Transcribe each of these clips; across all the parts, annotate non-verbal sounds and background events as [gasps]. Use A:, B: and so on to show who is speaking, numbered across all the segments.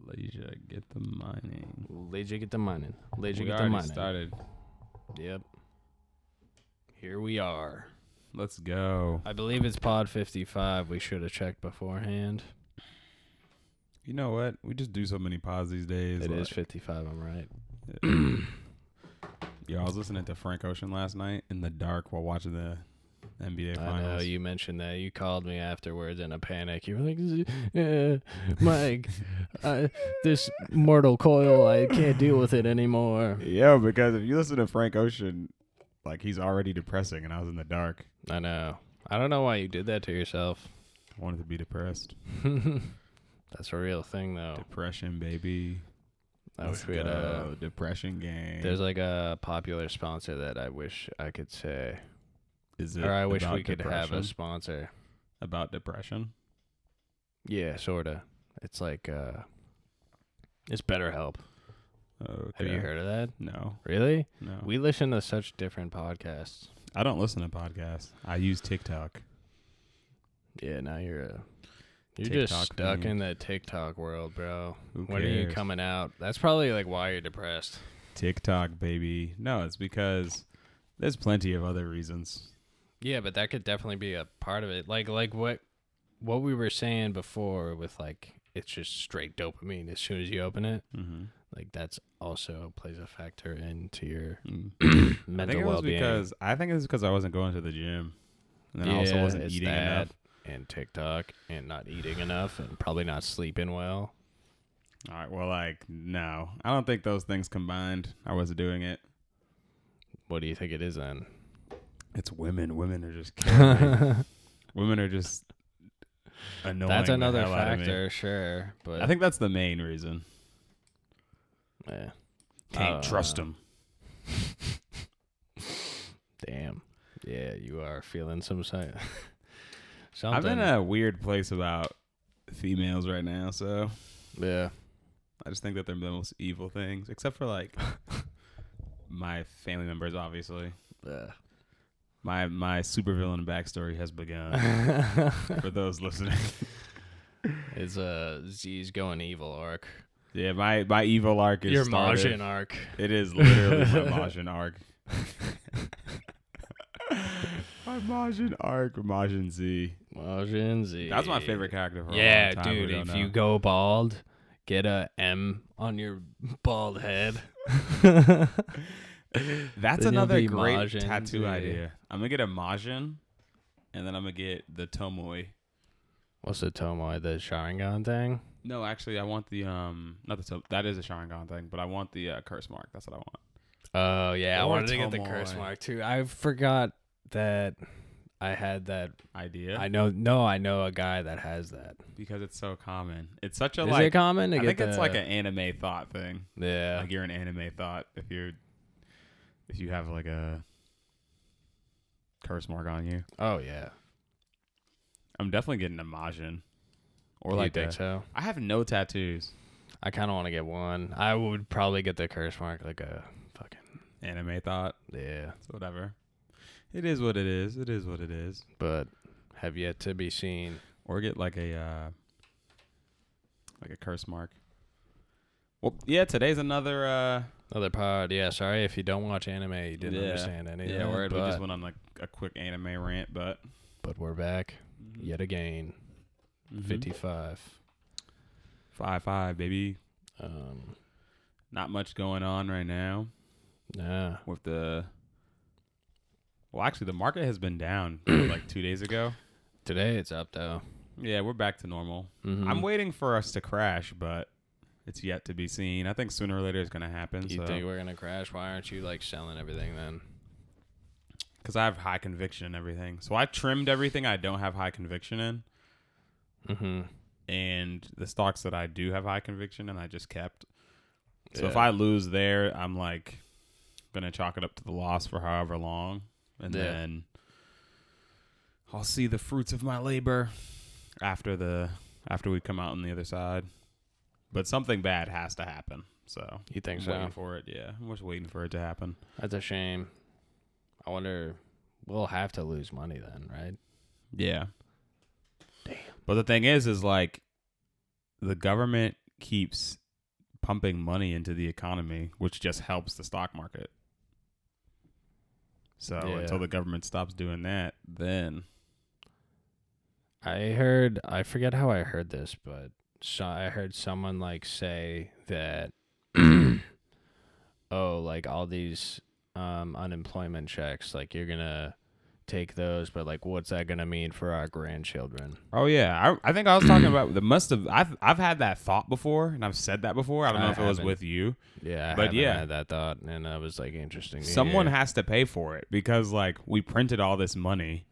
A: Malaysia, get the mining.
B: Leja get the mining. Leja
A: we
B: get the
A: already
B: mining.
A: started.
B: Yep. Here we are.
A: Let's go.
B: I believe it's pod 55. We should have checked beforehand.
A: You know what? We just do so many pods these days.
B: It
A: like-
B: is 55. I'm right. [clears throat]
A: Yo, I was listening to Frank Ocean last night in the dark while watching the NBA
B: I know
A: finals. [laughs]
B: you mentioned that. You called me afterwards in a panic. You were like, "Z- uh, Mike, I, this mortal coil, I can't deal with it anymore.
A: Yo, because if you listen to Frank Ocean, like he's already depressing, and I was in the dark.
B: I know. I don't know why you did that to yourself. [laughs]
A: I wanted to be depressed.
B: That's a real thing, though.
A: Depression, baby.
B: Oh. I
A: Let's
B: wish we had a
A: go. depression game.
B: There's like a popular sponsor that I wish I could say,
A: Is it
B: or I wish
A: about
B: we could have a
A: depression?
B: sponsor.
A: about depression.
B: Yeah, sorta. It's like uh, it's BetterHelp.
A: Okay.
B: Have you heard of that?
A: No,
B: Really?
A: no.
B: We listen to such different podcasts.
A: I don't listen to podcasts. I use TikTok.
B: Yeah, now you're a you're
A: TikTok
B: just stuck
A: fiend.
B: in that TikTok world, bro.
A: Who
B: When are you
A: cares?
B: coming out? That's probably like why you're depressed.
A: TikTok, baby. No, it's because there's plenty of other reasons.
B: Yeah, but that could definitely be a part of it. Like like what what we were saying before with like it's just straight dopamine as soon as you open it.
A: Mm-hmm.
B: Like that's also plays a factor into your
A: Mm. I think
B: mental
A: it was
B: well-being.
A: because I think it was because I wasn't going to the gym, and then I also
B: Yeah,
A: wasn't
B: it's
A: eating enough.
B: and TikTok and not eating enough and probably not sleeping well.
A: All right. Well, like no, I don't think those things combined. I wasn't doing it.
B: What do you think it
A: [laughs]
B: is then?
A: It's women. Women are [laughs] just. killing me. women are just. Annoying
B: That's
A: the
B: another
A: hell out of me.
B: factor, sure, but
A: I think that's the main reason.
B: eh,
A: Can't
B: Uh,
A: trust them.
B: damn. Yeah, you are feeling some si- [laughs] something.
A: I'm in a weird place about females right now, so
B: yeah.
A: I just think that they're the most evil things, except for
B: [laughs]
A: like my family members. Obviously,
B: yeah.
A: my my supervillain backstory has
B: [laughs]
A: begun [laughs] for those listening.
B: It's a Z's going evil arc.
A: Yeah, my my evil arc is
B: Your
A: started.
B: Majin arc.
A: It is literally
B: [laughs]
A: my Majin arc. my Majin arc, Majin Z.
B: Majin Z.
A: That's my favorite character. For
B: Yeah,
A: a long time, who
B: dude.
A: don't
B: If
A: know.
B: you go bald, get a M on your
A: [laughs]
B: bald head. [laughs]
A: That's
B: Then you'll
A: another
B: be
A: great
B: Majin
A: tattoo
B: Z.
A: idea. I'm gonna get a Majin, and then I'm gonna get the Tomoe.
B: What's the Tomoe? The Sharingan thing?
A: No, actually, I want the um, not the Tom- that is a Sharingan thing, but I want the uh, curse mark. That's what I want.
B: Oh yeah, I
A: Or
B: wanted to get the
A: Tomoe.
B: curse mark too. I forgot that I had that.
A: Idea
B: I know. No, I know a guy that has that.
A: because it's so common. It's such a
B: Is
A: like.
B: it common to
A: I
B: get
A: think it's
B: the-
A: like an anime thought thing.
B: yeah.
A: Like you're an anime thought if you're if you have like a curse mark on you.
B: oh yeah.
A: I'm definitely getting a Majin. Or
B: You
A: like
B: think
A: a-
B: so?
A: I have no tattoos.
B: I kind of want to get one. I would probably get the curse mark, like a fucking
A: Anime thought.
B: yeah.
A: It's whatever. It is what it is. It is what it is.
B: But have yet to be seen.
A: Or get like a uh like a curse mark. Well yeah, today's another uh
B: Another pod. Yeah, sorry if you don't watch anime, you didn't
A: Yeah.
B: understand any
A: yeah,
B: of that.
A: word. We just
B: but-
A: went on like a quick anime rant, but
B: but we're back yet again.
A: Mhm.
B: 55.
A: five five, baby.
B: Um,
A: Not much going on right now.
B: nah.
A: with the well actually the market has been
B: [coughs]
A: down like two days ago
B: Today it's up though.
A: yeah we're back to normal
B: Mhm.
A: i'm waiting for us to crash but it's yet to be seen i think sooner or later it's going to happen
B: You think we're gonna crash? Why aren't you like selling everything then?
A: because i have high conviction in everything so i trimmed everything i don't have high conviction in
B: Mm-hmm.
A: and the stocks that i do have high conviction in i just kept so if
B: Yeah.
A: i lose there i'm like going to chalk it up to the loss for however long and
B: Yeah.
A: then I'll see the fruits of my labor after the after we come out on the other side. But something bad has to happen. So
B: You
A: I'm
B: think
A: waiting
B: so?
A: for it. Yeah, I'm just waiting for it to happen.
B: That's a shame. I wonder. We'll have to lose money then, right?
A: Yeah.
B: Damn.
A: But the thing is, is like the government keeps pumping money into the economy, which just helps the stock market. So
B: Yeah.
A: until the government stops doing that, then
B: I heard I forget how I heard this, but so I heard someone like say
A: [clears throat]
B: that oh, like all these um unemployment checks, like you're gonna take those, but like what's that gonna mean for our grandchildren?
A: oh yeah, I, I think I was
B: [clears throat]
A: talking about the must have I've I've had that thought before and I've said that before. I don't know
B: I
A: if it was
B: haven't.
A: with you.
B: Yeah, I
A: But
B: haven't
A: yeah.
B: had that thought and I was like interesting. to
A: Someone
B: hear.
A: has to pay for it because like we printed all this money.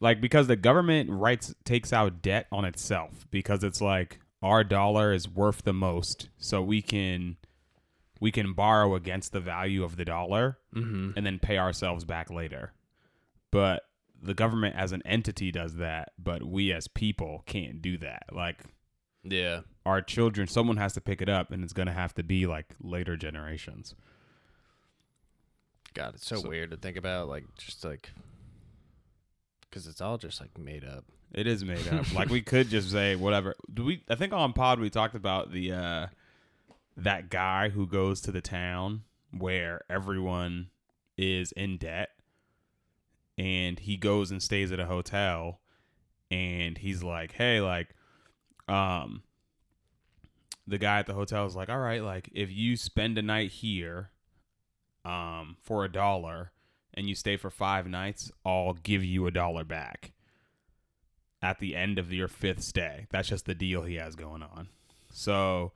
A: Like because the government writes takes out debt on itself because it's like our dollar is worth the most, so we can we can borrow against the value of the dollar
B: Mhm.
A: and then pay ourselves back later. But the government as an entity does that, but we as people can't do that. Like
B: Yeah.
A: our children, someone has to pick it up and it's going to have to be like later generations.
B: God, it's so,
A: So-
B: weird to think about, like just like because it's all just like made up.
A: It is made up. like we could just say whatever. Do we? I think on Pod we talked about the uh that guy who goes to the town where everyone is in debt, and he goes and stays at a hotel, and he's like, "Hey, like, um." The guy at the hotel is like, "All right, like if you spend a night here, um, for a dollar, and you stay for five nights, I'll give you a dollar back." at the end of your fifth stay. That's just the deal he has going on. So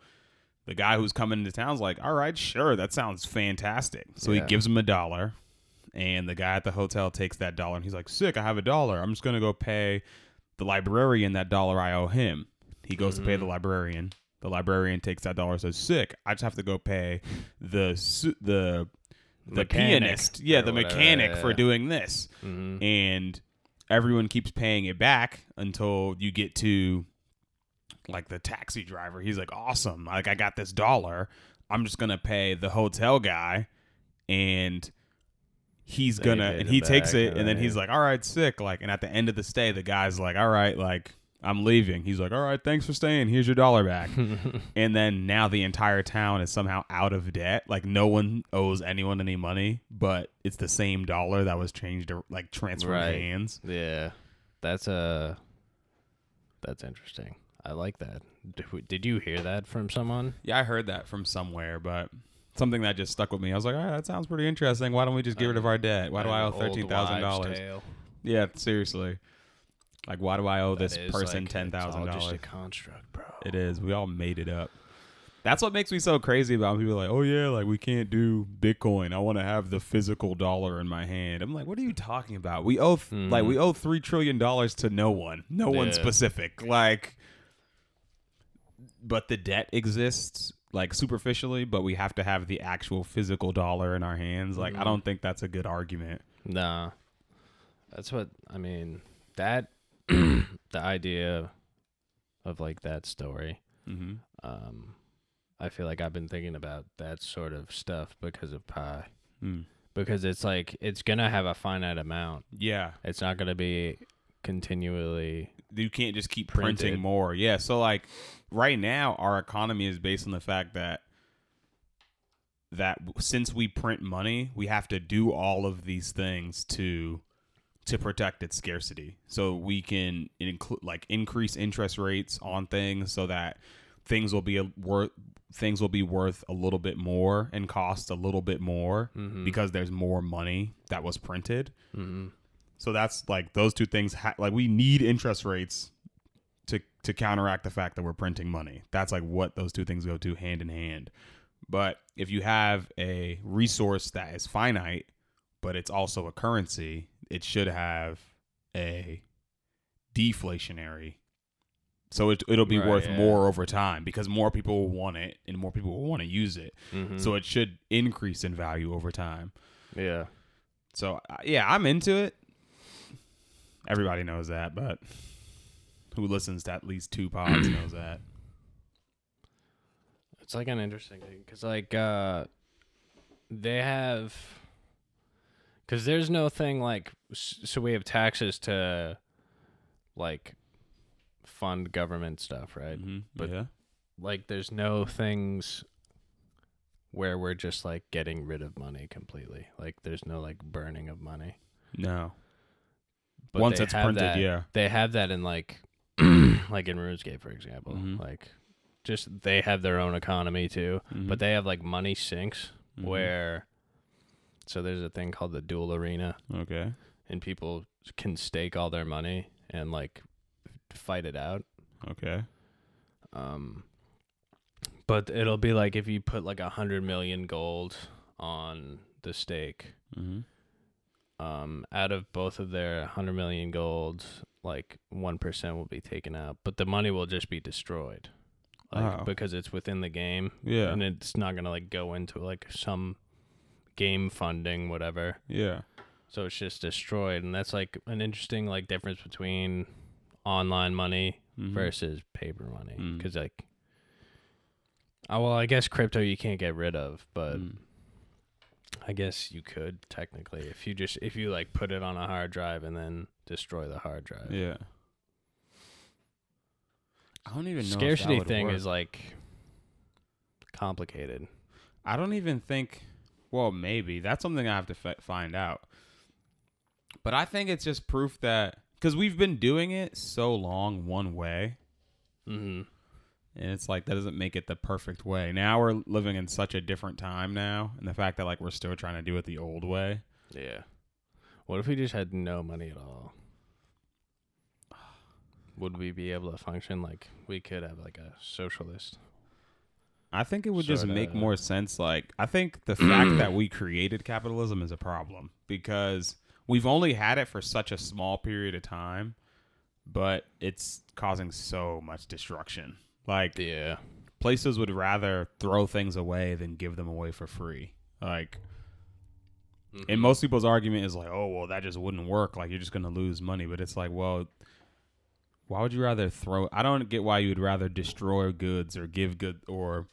A: the guy who's coming into town's like, all right, sure, that sounds fantastic. So
B: Yeah.
A: he gives him a dollar, and the guy at the hotel takes that dollar and he's like, sick, I have a dollar. I'm just going to go pay the librarian that dollar I owe him. He goes to pay
B: Mm.
A: the librarian. The librarian takes that dollar and says, sick, I just have to go pay the, su- the, the
B: Mechanic
A: pianist. Yeah,
B: or
A: the
B: whatever,
A: mechanic
B: yeah,
A: for
B: yeah.
A: doing this
B: Mm-hmm.
A: and everyone keeps paying it back until you get to like the taxi driver he's like awesome like i got this dollar i'm just gonna pay the hotel guy and he's
B: Then he
A: gonna
B: paid
A: and
B: him
A: he takes
B: back,
A: it and then
B: right.
A: he's like all right sick like and at the end of the stay the guy's like all right like i'm leaving he's like all right thanks for staying here's your dollar back and then now the entire town is somehow out of debt. Like no one owes anyone any money, but it's the same dollar that was changed, or, like transferred
B: Right.
A: hands.
B: Yeah, that's uh, that's interesting. I like that. D- who- Did you hear that from someone?
A: Yeah, I heard that from somewhere, but something that just stuck with me. I was like, all right, that sounds pretty interesting. Why don't we just get rid of our debt? Why do I owe
B: An Uh, old
A: thirteen thousand
B: wives'
A: dollars?
B: tale.
A: Yeah, seriously. Like, why do I owe
B: That
A: this
B: is,
A: person
B: like,
A: ten thousand
B: It's all just a
A: dollars?
B: construct, bro.
A: It is. We all made it up. That's what makes me so crazy about people like, oh yeah, like we can't do Bitcoin. I want to have the physical dollar in my hand. I'm like, what are you talking about? We owe th- like we owe three trillion dollars to no one, no one
B: Yeah.
A: specific. Like, but the debt exists like superficially, but we have to have the actual physical dollar in our hands. Like, I don't think that's a good argument.
B: Nah, that's what I mean. That [clears throat] the idea of like that story.
A: Mm-hmm.
B: Um, I feel like I've been thinking about that sort of stuff because of pie.
A: Hmm.
B: Because it's like it's gonna have a finite amount.
A: Yeah,
B: It's not gonna be continually
A: you can't just keep printing
B: Printed.
A: more. Yeah. So like right now our economy is based on the fact that that since we print money, we have to do all of these things to to protect its scarcity. So we can include like increase interest rates on things so that things will be a worth things will be worth a little bit more and cost a little bit more
B: Mm-hmm.
A: because there's more money that was printed. Mm-hmm. So that's like those two things. Ha- like we need interest rates to to counteract the fact that we're printing money. That's like what those two things go to hand in hand. But if you have a resource that is finite, but it's also a currency, it should have a deflationary. So it, it'll be
B: Right,
A: worth
B: yeah.
A: more over time because more people will want it and more people will want to use it.
B: Mm.
A: So it should increase in value over time.
B: yeah.
A: So uh, yeah, I'm into it. Everybody knows that, but who listens to at least two [clears throat] pods knows that.
B: It's like an interesting thing because like uh, they have because there's no thing like s- so we have taxes to like fund government stuff, right?
A: Mm-hmm.
B: But-
A: yeah,
B: like there's no things where we're just like getting rid of money completely. Like there's no like burning of money.
A: No.
B: But
A: Once
B: they
A: it's
B: have
A: printed,
B: that-
A: yeah.
B: They have that in like [clears throat] like in RuneScape for example.
A: Mhm.
B: Like just they have their own economy too,
A: Mm-hmm.
B: but they have like money sinks
A: Mhm.
B: where so there's a thing called the dual arena
A: okay.
B: and people can stake all their money and like fight it out.
A: Okay.
B: Um, but it'll be like if you put like a hundred million gold on the stake.
A: Mm-hmm.
B: Um, out of both of their hundred million gold, like one percent will be taken out, but the money will just be destroyed, like
A: Oh.
B: because it's within the game
A: Yeah.
B: and it's not gonna like go into like some game funding whatever.
A: yeah.
B: So it's just destroyed, and that's like an interesting like difference between online money
A: Mhm.
B: versus paper money
A: Mm.
B: because like oh well i guess crypto you can't get rid of but
A: Mm.
B: i guess you could technically if you just if you like put it on a hard drive and then destroy the hard drive
A: Yeah. I don't even know. if that
B: scarcity
A: would
B: thing
A: work.
B: is like complicated
A: I don't even think. Well, maybe that's something I have to f- find out. But I think it's just proof that because we've been doing it so long one way,
B: mm-hmm.
A: and it's like that doesn't make it the perfect way. Now we're living in such a different time now, and the fact that like we're still trying to do it the old way.
B: yeah what if we just had no money at all would we be able to function like we could have like a socialist
A: I think it would just
B: Sorta.
A: make more sense. Like, I think the fact that we created capitalism is a problem because we've only had it for such a small period of time, but it's causing so much destruction. Like,
B: yeah
A: places would rather throw things away than give them away for free. Like, and most people's argument is like, oh, well, that just wouldn't work. Like, you're just going to lose money. But it's like, well, why would you rather throw? I don't get why you would rather destroy goods or give good or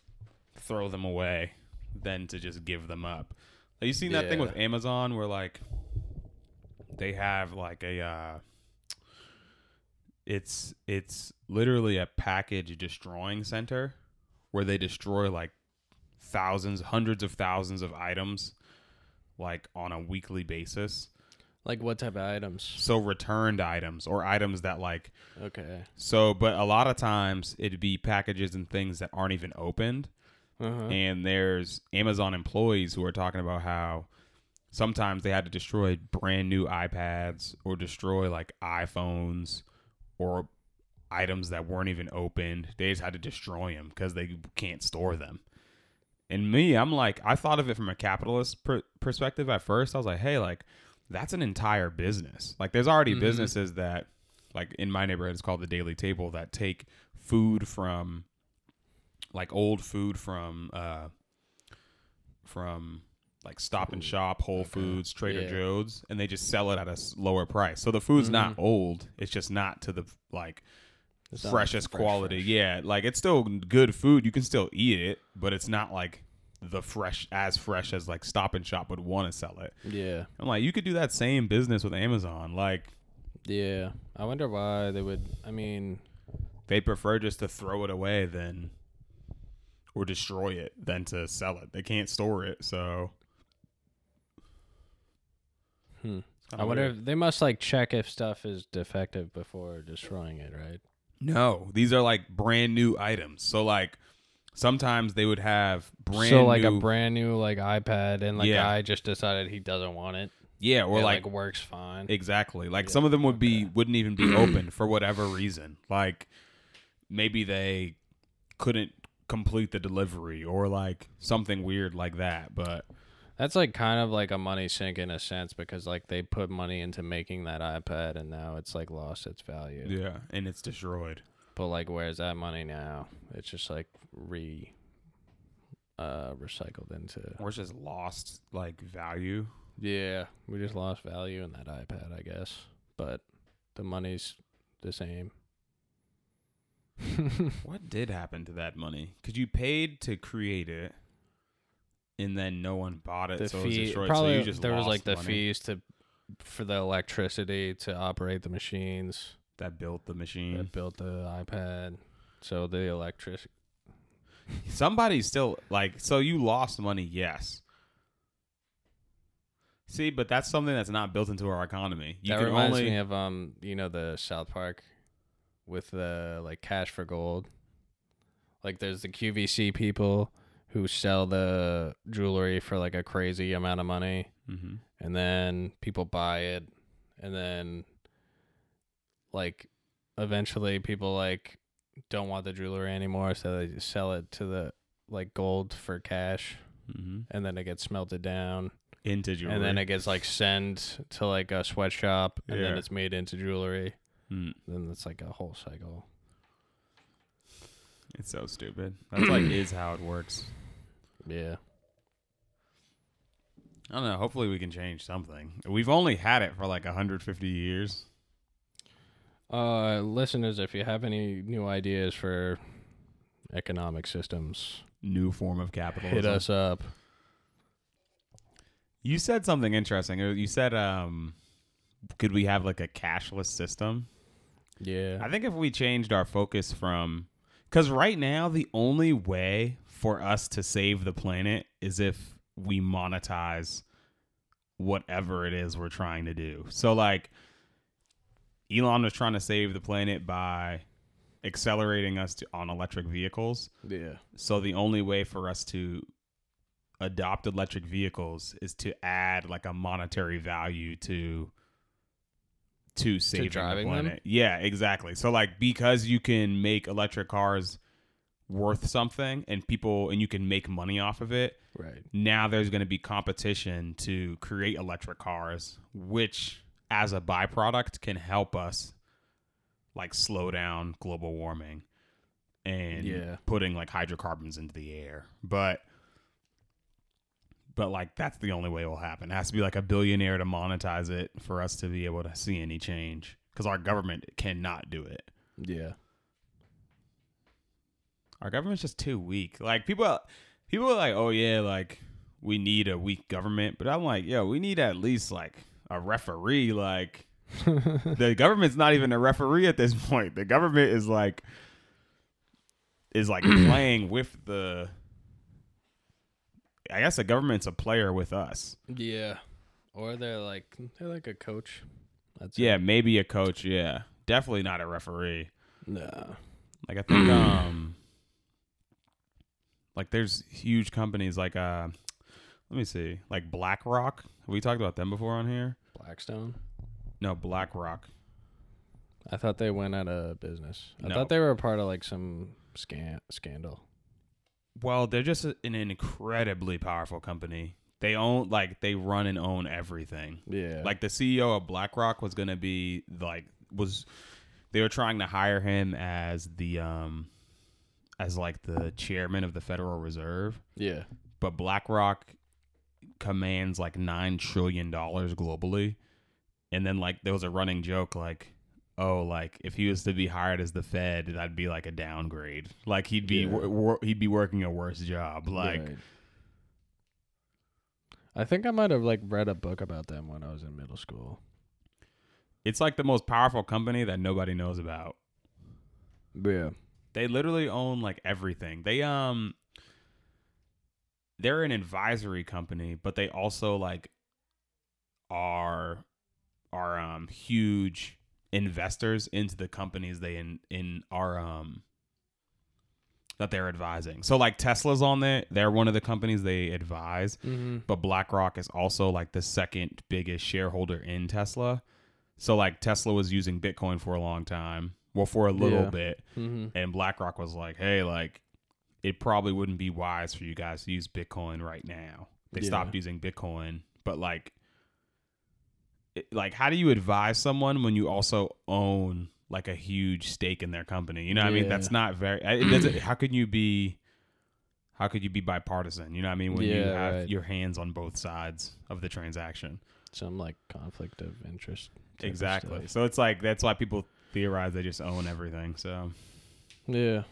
A: throw them away than to just give them up. Have you seen that thing
B: Yeah.
A: with Amazon where like they have like a uh it's it's literally a package destroying center where they destroy like thousands, hundreds of thousands of items like on a weekly basis.
B: like what type of items
A: So returned items or items that like
B: okay
A: so but a lot of times it'd be packages and things that aren't even opened
B: uh-huh.
A: and there's Amazon employees who are talking about how sometimes they had to destroy brand new iPads or destroy like iPhones or items that weren't even opened. They just had to destroy them because they can't store them. And me, I'm like, I thought of it from a capitalist per- perspective at first. I was like, hey, like, that's an entire business. Like, there's already
B: Mhm.
A: businesses that, like, in my neighborhood, it's called the Daily Table, that take food from, like, old food from, uh, from, like, Stop and Shop, Whole Foods, Trader
B: Yeah.
A: Joe's, and they just sell it at a s- lower price. So the food's not old. It's just not to the, like,
B: Mm-hmm. It's not, like,
A: freshest
B: fresh,
A: quality.
B: fresh.
A: Yeah, like it's still good food. You can still eat it, but it's not like the fresh as fresh as like Stop and Shop would want to sell it.
B: Yeah.
A: I'm like, you could do that same business with Amazon. Like
B: Yeah. I wonder why they would I mean
A: they prefer just to throw it away than or destroy it than to sell it. They can't store it, so
B: hmm.
A: it's
B: I
A: kinda
B: wonder
A: weird.
B: if they must like check if stuff is defective before destroying it, right?
A: No, these are like brand new items. So like sometimes they would have brand
B: so like
A: new,
B: a brand new like iPad and like
A: Yeah.
B: guy just decided he doesn't want it.
A: yeah, or
B: it,
A: like
B: works fine.
A: Exactly. Like some of them would be wouldn't even be open for whatever reason. Like maybe they couldn't complete the delivery or like something weird like that. But
B: That's like kind of like a money sink in a sense because like they put money into making that iPad and now it's like lost its value.
A: yeah, and it's destroyed.
B: But like where's that money now? It's just like re uh recycled into
A: Or it's just lost like value.
B: Yeah, we just lost value in that iPad, I guess. But the money's the same. [laughs]
A: What did happen to that money? Because you paid to create it, and then no one bought it,
B: the
A: so it was
B: fee
A: destroyed.
B: probably
A: so you just
B: there was
A: lost
B: like the
A: money
B: fees to for the electricity to operate the machines
A: Mm. that built the machine.
B: that built the iPad. So the electric
A: Somebody's still like, so you lost money, yes. See, but that's something that's not built into our economy. You
B: that
A: can
B: reminds
A: only
B: me of um, you know, the South Park with the like cash for gold. Like there's the QVC people who sell the jewelry for like a crazy amount of money,
A: Mhm.
B: and then people buy it, and then like eventually people like don't want the jewelry anymore, so they sell it to the like gold for cash,
A: Mhm.
B: and then it gets melted down.
A: into jewelry.
B: And then it gets like sent to like a sweatshop, and then
A: Yeah.
B: it's made into jewelry.
A: Mm.
B: Then it's like a whole cycle.
A: it's so stupid. That's like is how it works.
B: Yeah.
A: I don't know. Hopefully, we can change something. We've only had it for like 150 years.
B: Uh, listeners, if you have any new ideas for economic systems,
A: New form of capitalism.
B: hit us up.
A: You said something interesting. Uh, You said, um, could we have like a cashless system?
B: Yeah.
A: I think if we changed our focus from because right now the only way for us to save the planet is if we monetize whatever it is we're trying to do. So like Elon was trying to save the planet by accelerating us to, on electric vehicles.
B: Yeah.
A: So the only way for us to adopt electric vehicles is to add like a monetary value to to saving
B: driving
A: the
B: them?
A: planet. Yeah, exactly. So like because you can make electric cars worth something and people and you can make money off of it,
B: Right.
A: now there's going to be competition to create electric cars, which as a byproduct can help us like slow down global warming and
B: Yeah.
A: putting like hydrocarbons into the air. But but like that's the only way it will happen. It has to be like a billionaire to monetize it for us to be able to see any change cuz our government cannot do it.
B: Yeah.
A: Our government's just too weak. Like people, people are like, oh yeah, like we need a weak government. But I'm like, yo, we need at least like a referee. Like the government's not even a referee at this point. The government is like, is like playing with the. I guess the government's a player with us.
B: Yeah. Or they're like they're like a coach. That's
A: Yeah, maybe a coach. Yeah, definitely not a referee.
B: No.
A: Like I think um like there's huge companies like uh let me see, like BlackRock. Have we talked about them before on here?
B: Blackstone.
A: No, BlackRock.
B: I thought they went out of business. I
A: No.
B: thought they were a part of like some scan scandal.
A: Well, they're just a- an incredibly powerful company. They own like they run and own everything.
B: Yeah.
A: Like the CEO of BlackRock was gonna be like was they were trying to hire him as the um as like the chairman of the Federal Reserve.
B: Yeah.
A: but BlackRock commands like nine trillion dollars globally. And then like there was a running joke like, oh, like if he was to be hired as the Fed, that'd be like a downgrade. Like he'd be
B: Yeah.
A: wor- wor- he'd be working a worse job. Like
B: Right. I think I might have like read a book about them when I was in middle school.
A: it's like the most powerful company that nobody knows about.
B: Yeah.
A: They literally own like everything. They um they're an advisory company, but they also like are are um huge investors into the companies they in in are um that they're advising. So like Tesla's on there, they're one of the companies they advise
B: Mm-hmm.
A: but BlackRock is also like the second biggest shareholder in Tesla. So like Tesla was using Bitcoin for a long time, well for a little
B: Yeah.
A: bit,
B: Mm-hmm.
A: and BlackRock was like, "Hey, like it probably wouldn't be wise for you guys to use Bitcoin right now." They
B: Yeah.
A: stopped using Bitcoin, but like it, like how do you advise someone when you also own like a huge stake in their company? You know what I mean?
B: Yeah.
A: That's not very I- it doesn't how can you be how could you be bipartisan? You know what I mean? When you
B: Yeah,
A: have
B: right.
A: your hands on both sides of the transaction.
B: Some like conflict of interest. type of
A: Exactly.
B: stuff.
A: So it's like that's why people theorize they just own everything. So
B: Yeah.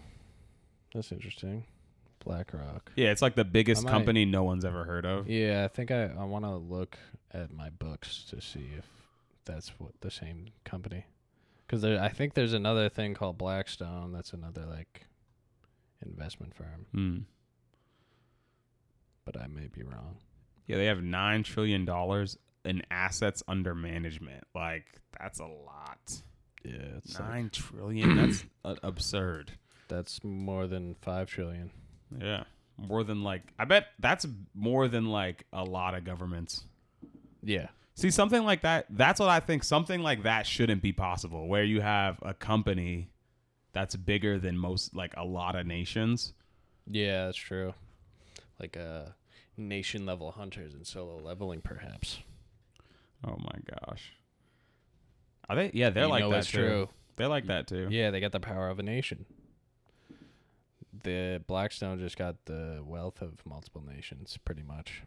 B: That's interesting. BlackRock.
A: yeah, it's like the biggest
B: might-
A: company no one's ever heard of.
B: Yeah, I think I, I want to look at my books to see if that's what the same company. Because I think there's another thing called Blackstone. That's another like investment firm,
A: Hmm.
B: but I may be wrong.
A: Yeah, they have nine trillion dollars in assets under management. Like that's a lot.
B: Yeah, it's like-
A: Nine trillion. That's [clears throat] uh, absurd.
B: that's more than five trillion.
A: Yeah, more than like I bet that's more than like a lot of governments.
B: Yeah,
A: See, something like that. That's what I think. Something like that shouldn't be possible, where you have a company that's bigger than most, like a lot of nations.
B: yeah, that's true. Like uh, nation level hunters and solo leveling, perhaps.
A: Oh my gosh. Are they? Yeah, they're
B: You
A: like
B: know
A: that
B: it's
A: too.
B: true.
A: They're like that too.
B: Yeah, they got the power of a nation. The Blackstone just got the wealth of multiple nations, pretty much.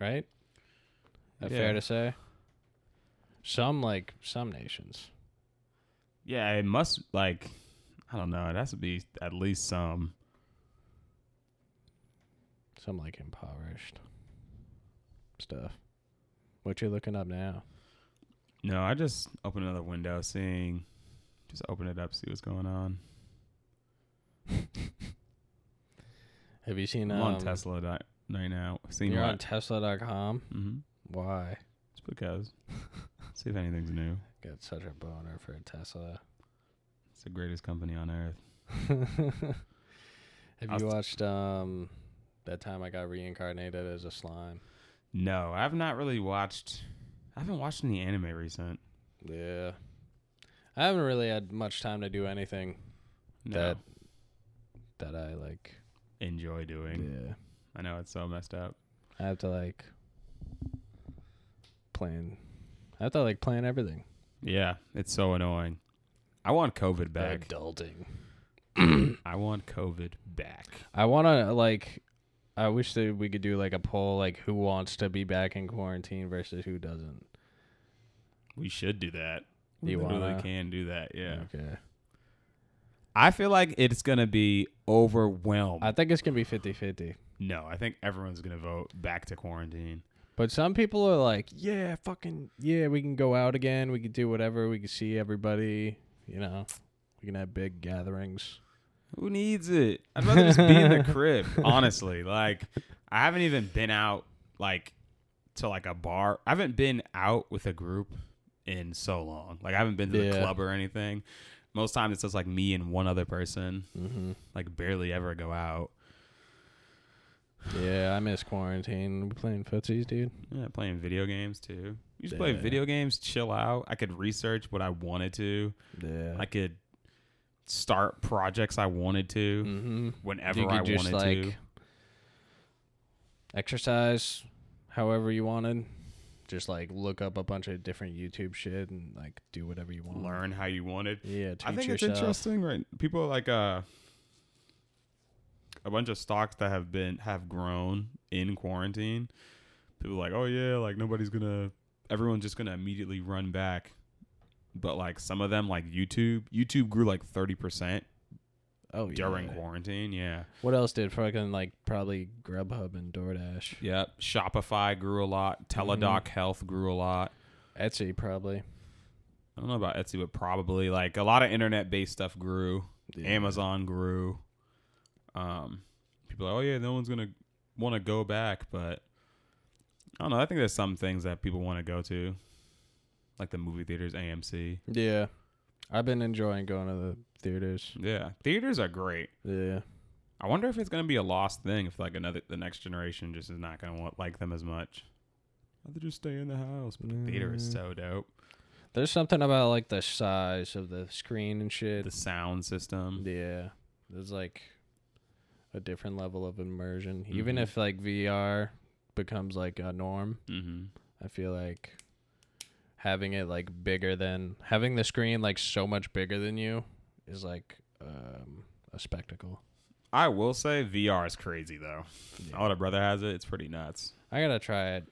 B: Right? That
A: Yeah.
B: fair to say? Some like some nations.
A: Yeah, it must like I don't know. It has to be at least some.
B: Some like impoverished stuff. What you looking up now?
A: No, I just open another window, seeing. Just open it up, see what's going on.
B: Have you seen
A: I'm
B: um,
A: on Tesla di- right now. Seeing
B: You're
A: what?
B: on Tesla.com?
A: mm-hmm.
B: Why?
A: It's
B: [laughs]
A: because. see if anything's new.
B: Got such a boner for a Tesla. [laughs]
A: It's the greatest company on earth.
B: Have
A: I was-
B: you watched um that time I got reincarnated as a slime?
A: No, I've not really watched. I haven't watched any anime recent.
B: Yeah. I haven't really had much time to do anything
A: No,
B: that that I like.
A: enjoy doing.
B: Yeah.
A: I know it's so messed up.
B: I have to like plan I have to like plan everything.
A: Yeah, it's so annoying. I want COVID back.
B: Adulting.
A: I want COVID back.
B: I wanna like I wish that we could do like a poll like who wants to be back in quarantine versus who doesn't.
A: We should do that. We
B: You
A: really
B: wanna-
A: can do that. Yeah.
B: Okay.
A: I feel like it's gonna be overwhelmed.
B: I think it's gonna be 50-50.
A: no, I think everyone's gonna vote back to quarantine.
B: But some people are like, yeah, fucking, yeah, we can go out again. We can do whatever. We can see everybody. You know, we can have big gatherings.
A: Who needs it? I'd rather just be in the crib, [laughs] honestly. Like, I haven't even been out like to like a bar. I haven't been out with a group in so long. Like, I haven't been to the
B: Yeah.
A: club or anything. Most times it's just like me and one other person.
B: Mm-hmm.
A: Like, barely ever go out.
B: Yeah, I miss quarantine. We playing footsies, dude.
A: Yeah, playing video games too. You just play
B: Yeah.
A: video games, chill out. I could research what I wanted to.
B: Yeah.
A: I could start projects I wanted to
B: mm-hmm.
A: whenever I wanted to.
B: exercise however you wanted. Just like look up a bunch of different YouTube shit and like do whatever you want.
A: Learn how you wanted.
B: Yeah, teach
A: I think
B: yourself.
A: it's interesting, right? People like uh, a bunch of stocks that have been have grown in quarantine. People are like, oh yeah, like nobody's gonna, everyone's just gonna immediately run back. But like some of them, like YouTube, YouTube grew like thirty percent
B: Oh, yeah.
A: during quarantine. Yeah,
B: What else did fucking like probably Grubhub and DoorDash?
A: yep. Shopify grew a lot. Teledoc Health grew a lot.
B: Etsy probably.
A: I don't know about Etsy, but probably like a lot of internet based stuff grew.
B: Yeah.
A: Amazon grew. Um, people are like, oh yeah, no one's gonna want to go back, but I don't know. I think there's some things that people want to go to, like the movie theaters, AMC.
B: Yeah. I've been enjoying going to the theaters.
A: Yeah, theaters are great.
B: Yeah.
A: I wonder if it's gonna be a lost thing if like another the next generation just is not gonna want like them as much. I'd just stay in the house. But eh. the theater is
B: Mm.
A: so dope.
B: There's something about like the size of the screen and shit.
A: The sound system.
B: yeah. There's like a different level of immersion. Even
A: Mhm.
B: if like VR becomes like a norm,
A: Mm-hmm.
B: I feel like having it like bigger than having the screen like so much bigger than you is like um a spectacle.
A: I will say VR is crazy though.
B: Yeah.
A: Older brother has it. It's pretty nuts.
B: I gotta try it.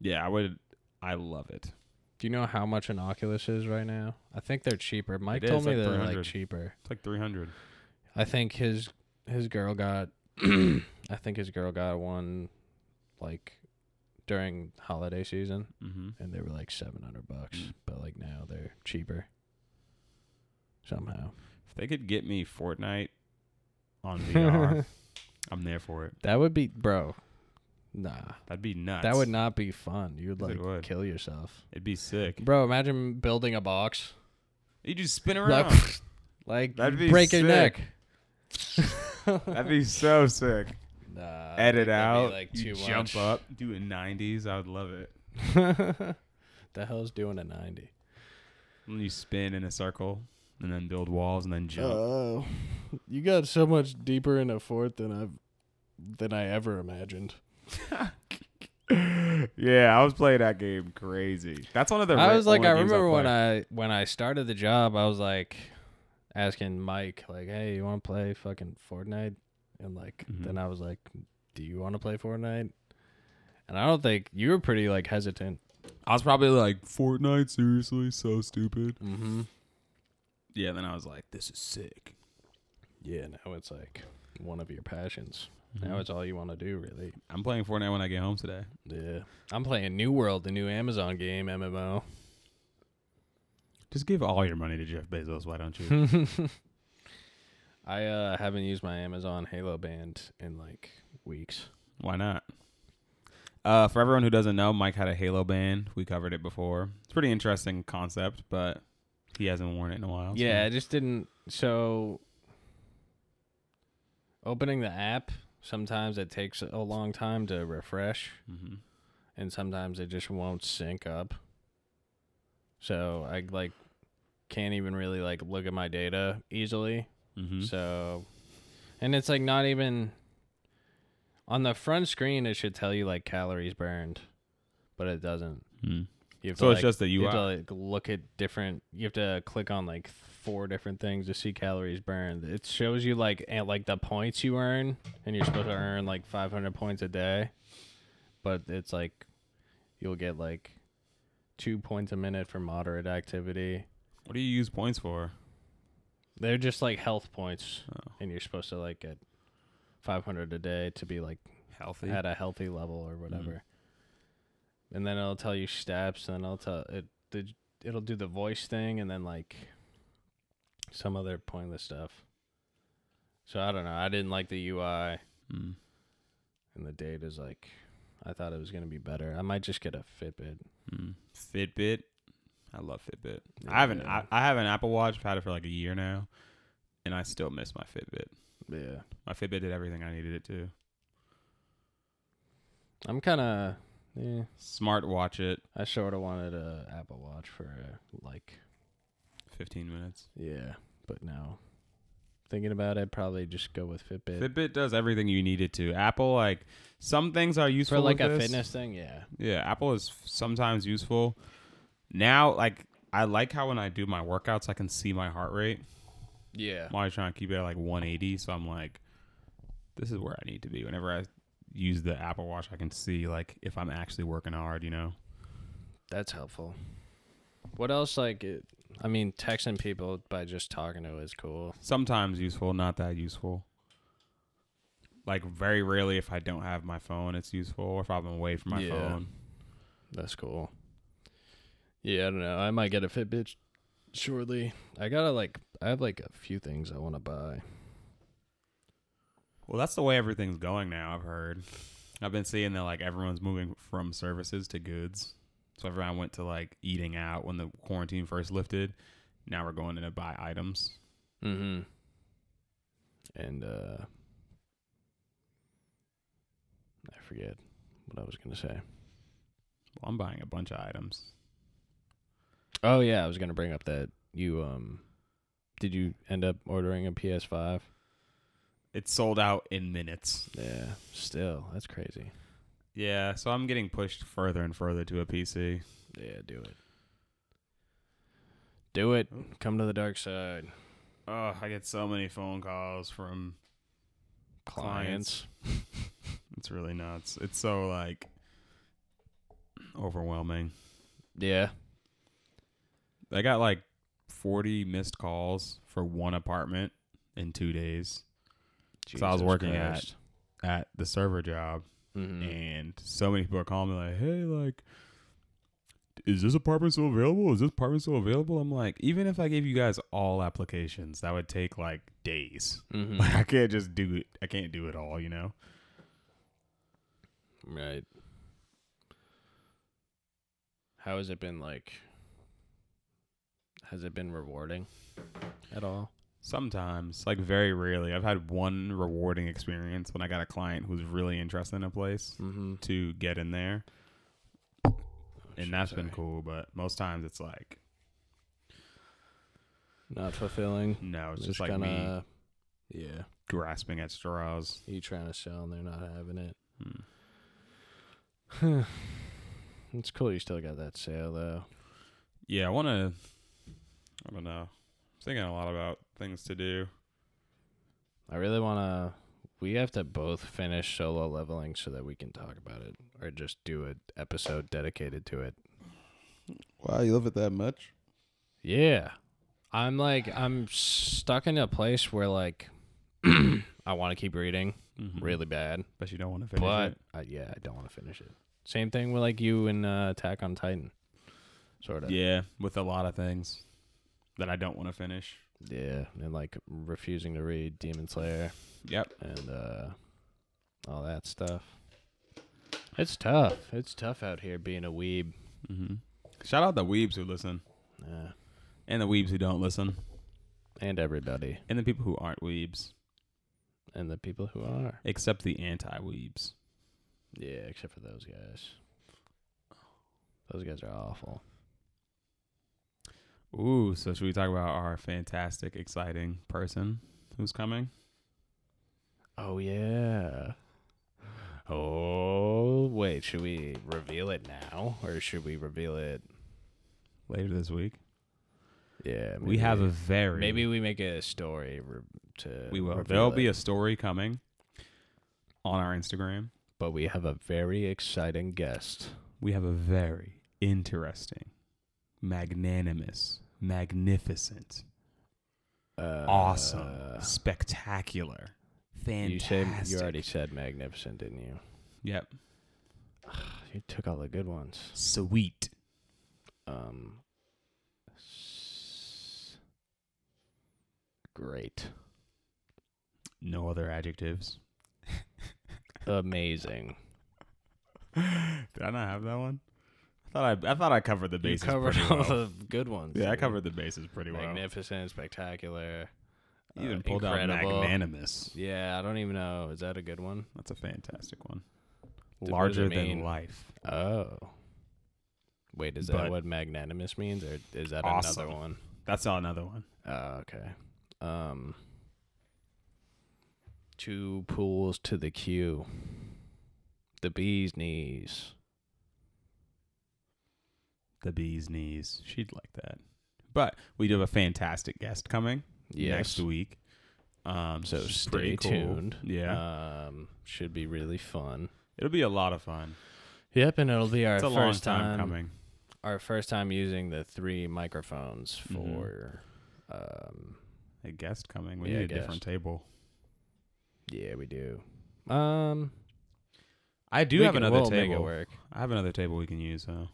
A: Yeah, I would. I love it.
B: Do you know how much an Oculus is right now? I think they're cheaper. Mike
A: It is,
B: told me
A: like
B: they're
A: 300.
B: like cheaper.
A: It's like 300.
B: I think his his girl got [clears throat] I think his girl got one like during holiday season
A: Mm-hmm.
B: and they were like 700 bucks,
A: Mm.
B: but like now they're cheaper. Somehow.
A: If they could get me Fortnite
B: [laughs]
A: on VR, I'm there for it.
B: That would be, bro. Nah,
A: That'd be nuts.
B: that would not be fun. You would
A: Yes, it
B: like
A: would.
B: kill yourself,
A: It'd be sick.
B: bro. Imagine building a box,
A: You just spin
B: like, [laughs]
A: around.
B: like
A: That'd
B: you
A: be
B: break your
A: sick.
B: neck. [laughs]
A: That'd be so sick.
B: Nah, I
A: Edit
B: think that'd
A: out.
B: be, like
A: you
B: too
A: jump
B: much.
A: up. Do a 90s. I would love it.
B: [laughs] the hell's doing a ninety?
A: And you spin in a circle and then build walls and then jump.
B: Oh, you got so much deeper into fourth than I've than I ever imagined.
A: [laughs] yeah, I was playing that game crazy. That's one of the.
B: I was like, I remember when I when I started the job, I was like asking Mike, like, "Hey, you want to play fucking Fortnite?" And like,
A: Mhm.
B: then I was like, "Do you want to play Fortnite?" And I don't think you were pretty like hesitant.
A: I was probably like Fortnite. Seriously, so stupid.
B: Mm-hmm.
A: Yeah. Then I was like, this is sick.
B: Yeah, now it's like one of your passions. Now
A: Mm-hmm.
B: it's all you want to do, really.
A: I'm playing Fortnite when I get home today.
B: Yeah, I'm playing New World, the new Amazon game MMO.
A: Just give all your money to Jeff Bezos, why
B: [laughs]
A: don't you?
B: I uh, haven't used my Amazon Halo band in like weeks.
A: why not? Uh, for everyone who doesn't know, Mike had a Halo band. We covered it before. It's a pretty interesting concept, but he hasn't worn it in a while. so-
B: Yeah, I just didn't. So, opening the app, sometimes it takes a long time to refresh,
A: Mhm.
B: and sometimes it just won't sync up. So, I like can't even really like look at my data easily.
A: Mhm.
B: So, and it's like not even on the front screen, it should tell you like calories burned, but it doesn't.
A: Mhm.
B: You have
A: So
B: to,
A: it's
B: like,
A: just the
B: you have to
A: UI.
B: like look at different. You have to click on like four different things to see calories burned. It shows you like and like the points you earn, and you're supposed to earn like 500 points a day, but it's like you'll get like two points a minute for moderate activity.
A: What do you use points for?
B: They're just like health points,
A: Oh.
B: and you're supposed to like get 500 a day to be like
A: Healthy.
B: at a healthy level or
A: Mm.
B: whatever. And then it'll tell you steps, and it'll tell it the, it'll do the voice thing, and then like some other pointless stuff. So I don't know. I didn't like the UI,
A: Mm.
B: and the data's like, I thought it was gonna be better. I might just get a Fitbit.
A: Mm. Fitbit. I love Fitbit.
B: Yeah.
A: I haven't. I, I have an Apple Watch. I've had it for like a year now, and I still miss my Fitbit.
B: Yeah,
A: My Fitbit did everything I needed it to.
B: I'm kind of. Yeah,
A: Smart watch it.
B: I sort of wanted a Apple Watch for like
A: Fifteen minutes.
B: yeah, but now thinking about it, probably just go with Fitbit
A: Fitbit does everything you need it to. Apple, like some things are useful
B: for like
A: with
B: a
A: this.
B: fitness thing. Yeah,
A: Yeah, Apple is f- sometimes useful. Now, like I like how when I do my workouts, I can see my heart rate.
B: yeah.
A: I'm always trying to keep it at like 180, so I'm like, this is where I need to be. Whenever I use the Apple Watch, I can see like if I'm actually working hard. You know,
B: That's helpful. What else? Like, it, I mean, texting people by just talking to is cool.
A: sometimes useful, not that useful. Like very rarely, if I don't have my phone, it's useful. Or if I'm away from my
B: Yeah.
A: phone,
B: That's cool. Yeah, I don't know. I might get a Fitbit sh- shortly. I gotta like, I have like a few things I want to buy.
A: Well, that's the way everything's going now. I've heard. I've been seeing that like everyone's moving from services to goods. So everyone went to like eating out when the quarantine first lifted. Now we're going in to buy items.
B: Mm-hmm. And uh, I forget what I was gonna say.
A: Well, I'm buying a bunch of items.
B: Oh yeah, I was gonna bring up that you um, did you end up ordering a PS Five?
A: It's sold out in minutes.
B: Yeah, still that's crazy.
A: Yeah, so I'm getting pushed further and further to a PC.
B: Yeah, do it. Do it.
A: Oh.
B: Come to the dark side.
A: Oh, I get so many phone calls from
B: Clients.
A: it's really nuts. It's so like overwhelming.
B: Yeah.
A: I got like 40 missed calls for one apartment in two days So I was working at- at the server job.
B: hmm
A: And so many people are calling me like, hey, like, is this apartment still available? Is this apartment still available? I'm like, even if I gave you guys all applications, that would take like days.
B: Mm-hmm.
A: [laughs] Like I can't just do it. I can't do it all, you know.
B: Right. How has it been like? Has it been rewarding at all?
A: Sometimes, like very rarely, I've had one rewarding experience when I got a client who was really interested in a place
B: Mm-hmm.
A: to get in there,
B: Oh,
A: and that's been cool. But most times, it's like
B: Not fulfilling.
A: no, it's
B: It's
A: just, like me
B: kinda, yeah.
A: grasping at straws.
B: You trying to sell and they're not having it.
A: Hmm.
B: It's cool you still got that sale though.
A: Yeah, I want to. I don't know. I'm thinking a lot about things to do.
B: I really want to. We have to both finish solo leveling so that we can talk about it, or just do an episode dedicated to it.
C: Wow, you love it that much?
B: Yeah. I'm like I'm stuck in a place where like [clears throat] I want to keep reading
A: Mhm.
B: really bad,
A: but you don't want to finish
B: but
A: it.
B: I, yeah, I don't want to finish it. Same thing with like you and uh, Attack on Titan, sort of.
A: Yeah, with a lot of things that I don't want to finish.
B: yeah, and like refusing to read Demon Slayer
A: Yep.
B: and uh, all that stuff. It's tough. It's tough out here being a weeb.
A: Mm-hmm. Shout out the weebs who listen
B: Yeah.
A: and the weebs who don't listen
B: and everybody
A: and the people who aren't weebs,
B: and the people who are.
A: except the anti-weebs.
B: Yeah, except for those guys. Those guys are awful.
A: Ooh, so should we talk about our fantastic, exciting person who's coming?
B: Oh yeah. Oh wait, should we reveal it now or should we reveal it?
A: Later this week,
B: Yeah,
A: we have a very
B: maybe we make a story re- to.
A: we will.
B: reveal
A: There'll be
B: it,
A: a story coming on our Instagram.
B: but we have a very exciting guest.
A: we have a very interesting, magnanimous, magnificent,
B: Uh,
A: awesome, spectacular,
B: You said
A: fantastic.
B: you already said magnificent, didn't you?
A: Yep.
B: You took all the good ones.
A: Sweet.
B: Um, s- great,
A: No other adjectives.
B: amazing.
A: [laughs] Did I not have that one? I thought I I thought I covered the
B: You
A: bases.
B: covered
A: pretty
B: all
A: well.
B: the good
A: [laughs]
B: ones.
A: Yeah, I
B: dude.
A: covered the bases pretty well.
B: Magnificent, spectacular.
A: You even
B: uh,
A: pulled out
B: incredible.
A: magnanimous.
B: Yeah, I don't even know. Is that a good one?
A: That's a fantastic one.
B: Th- what does it
A: Larger than
B: mean?
A: life.
B: Oh. Wait, is
A: But-
B: that what magnanimous means, or is that
A: Awesome.
B: another one?
A: That's another one.
B: Oh, okay. Um, two pools to the queue. The bee's knees.
A: The bee's knees. She'd like that. But we do have a fantastic guest coming.
B: Yes.
A: next week. Um,
B: So
A: which is
B: stay
A: pretty cool.
B: tuned.
A: Yeah,
B: Um, should be really fun.
A: it'll be a lot of fun.
B: Yep, and it'll be our
A: it's a long
B: first
A: time, coming.
B: Our first time using the three microphones
A: Mm-hmm.
B: for. Um,
A: A guest coming. We
B: Yeah,
A: need a
B: guest.
A: different table.
B: yeah, we do. Um,
A: I do
B: we
A: have
B: can-
A: another
B: we'll Make it
A: table.
B: work.
A: I have another table we can use. So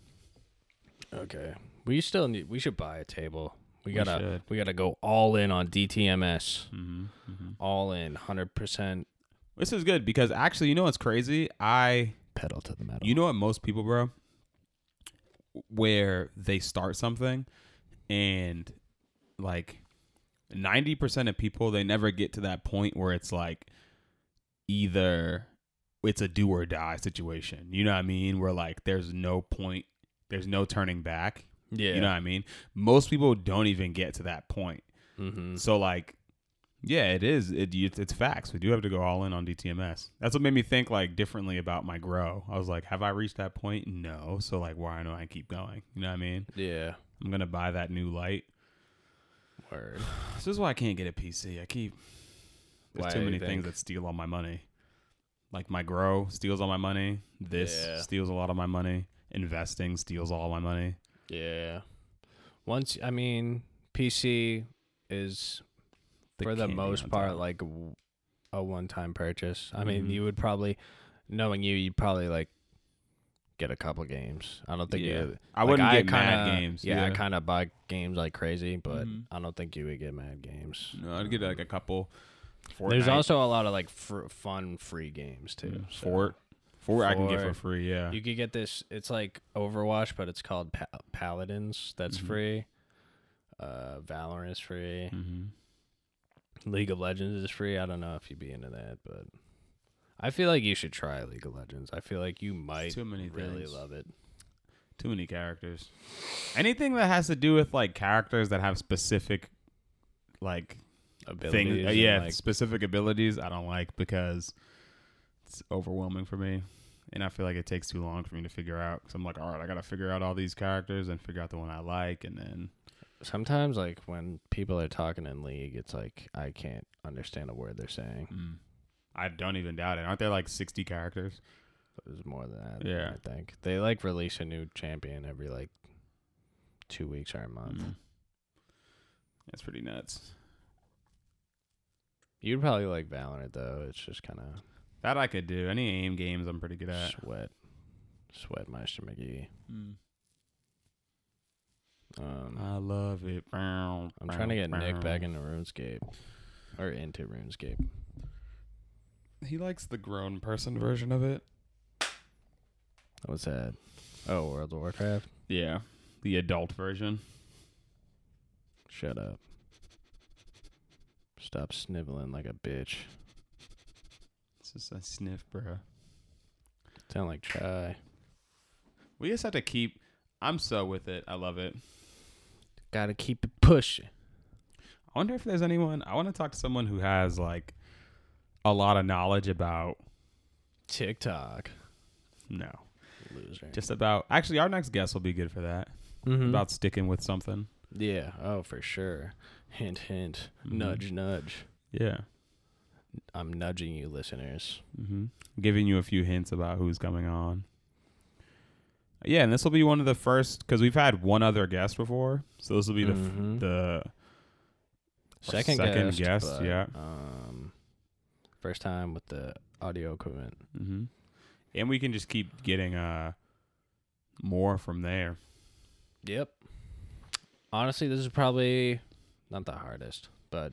B: Okay. We still need. We should buy a table. We
A: We
B: gotta.
A: should.
B: we gotta go all in on DTMS.
A: hmm hmm
B: all in 100%
A: this is good because actually, you know what's crazy? I
B: pedal to the metal.
A: You know what most people, bro, where they start something and like 90% of people they never get to that point where it's like either it's a do or die situation. You know what I mean? Where like there's no point, there's no turning back.
B: yeah.
A: You know what I mean? Most people don't even get to that point.
B: mm-hmm.
A: So like, yeah, it is. It, it's it's facts. We do have to go all in on DTMS. That's what made me think like differently about my grow. I was like, have I reached that point? No. So like, why don't I keep going? You know what I mean?
B: Yeah.
A: I'm gonna buy that new light.
B: Word.
A: This is why I can't get a PC. I keep there's
B: Why,
A: too
B: you
A: many
B: think?
A: things that steal all my money. Like my grow steals all my money. This
B: Yeah.
A: steals a lot of my money. Investing steals all my money.
B: Yeah. Once, I mean, PC is,
A: The
B: for the
A: candy
B: most
A: on
B: part,
A: top.
B: like w- a one time purchase. I mean,
A: Mhm.
B: you would probably, knowing you, you'd probably like get a couple games. I don't think
A: Yeah.
B: you.
A: I
B: like,
A: wouldn't
B: I
A: get
B: kinda,
A: mad games.
B: Yeah, I
A: Yeah.
B: kind of buy games like crazy, but
A: Mhm.
B: I don't think you would get mad games.
A: No, I'd get like a couple.
B: There's
A: Fortnite, Mm-hmm.
B: also a lot of like fr- fun free games too.
A: Fort.
B: so.
A: Fort. I can get for
B: Fort.
A: free. Yeah.
B: You could get this. It's like Overwatch, but it's called pa- Paladins. That's
A: Mhm.
B: free. Uh, Valorant is free.
A: Mhm.
B: League of Legends is free. I don't know if you'd be into that, but I feel like you should try League of Legends. I feel like you might
A: too many
B: really
A: things.
B: love it.
A: Too many characters. Anything that has to do with like characters that have specific like
B: Abilities,
A: things,
B: and,
A: uh, yeah,
B: like,
A: specific abilities, I don't like because it's overwhelming for me, and I feel like it takes too long for me to figure out. Because I'm like, all right, I gotta figure out all these characters and figure out the one I like, and then
B: sometimes like when people are talking in League, it's like I can't understand a word they're saying.
A: Mm. I don't even doubt it. Aren't there like 60 characters?
B: There's more than that.
A: Yeah.
B: I think they like release a new champion every like two weeks or a
A: Mm.
B: month.
A: That's pretty nuts.
B: You'd probably like Valorant though. It's just kind of
A: That I could do. Any aim games, I'm pretty good at.
B: sweat, sweat Meister McGee.
A: Mm.
B: Um,
A: I love it. I'm
B: I'm trying to get Nick back into RuneScape or into RuneScape.
A: He likes the grown person version of it.
B: What's that? Oh, World of Warcraft.
A: Yeah, the adult version.
B: Shut up. Stop sniveling like a bitch.
A: It's just a sniff, bro.
B: Sound like chai.
A: We just have to keep. I'm so with it. I love it.
B: Gotta keep it pushing.
A: I wonder if there's anyone. I want to talk to someone who has like a lot of knowledge about.
B: TikTok.
A: No,
B: Loser.
A: just about. Actually, our next guest will be good for that.
B: Mhm.
A: About sticking with something.
B: yeah. Oh, for sure. Hint, hint.
A: Mhm.
B: Nudge, nudge.
A: Yeah.
B: I'm nudging you, listeners.
A: hmm Giving you a few hints about who's coming on. Yeah, and this will be one of the first because we've had one other guest before, so this will be the f-
B: Mhm.
A: the
B: second
A: second
B: guest,
A: guest,
B: but,
A: yeah.
B: Um, first time with the audio equipment.
A: hmm and we can just keep getting uh more from there.
B: Yep. Honestly, this is probably not the hardest, but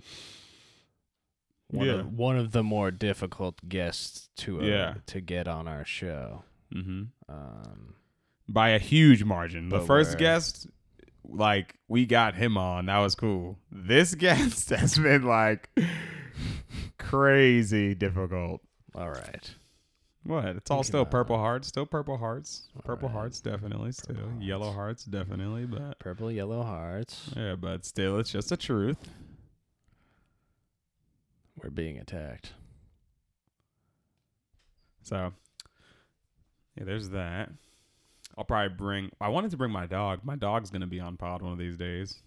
B: one
A: Yeah.
B: of one of the more difficult guests to uh,
A: Yeah.
B: to get on our show.
A: hmm
B: Um,
A: By a huge margin. The
B: But
A: 1st
B: we're-
A: guest, like we got him on, that was cool. This [laughs] guest has been like crazy difficult.
B: all right.
A: What? It's all
B: Think
A: still
B: about
A: purple hearts. Still purple hearts. Purple
B: Alright.
A: hearts definitely. Still
B: Purple hearts.
A: yellow hearts Mm-hmm. definitely. But
B: Purple yellow hearts.
A: yeah, but still, it's just the truth.
B: We're being attacked.
A: So yeah, there's that. I'll probably bring. I wanted to bring my dog. My dog's gonna be on pod one of these days.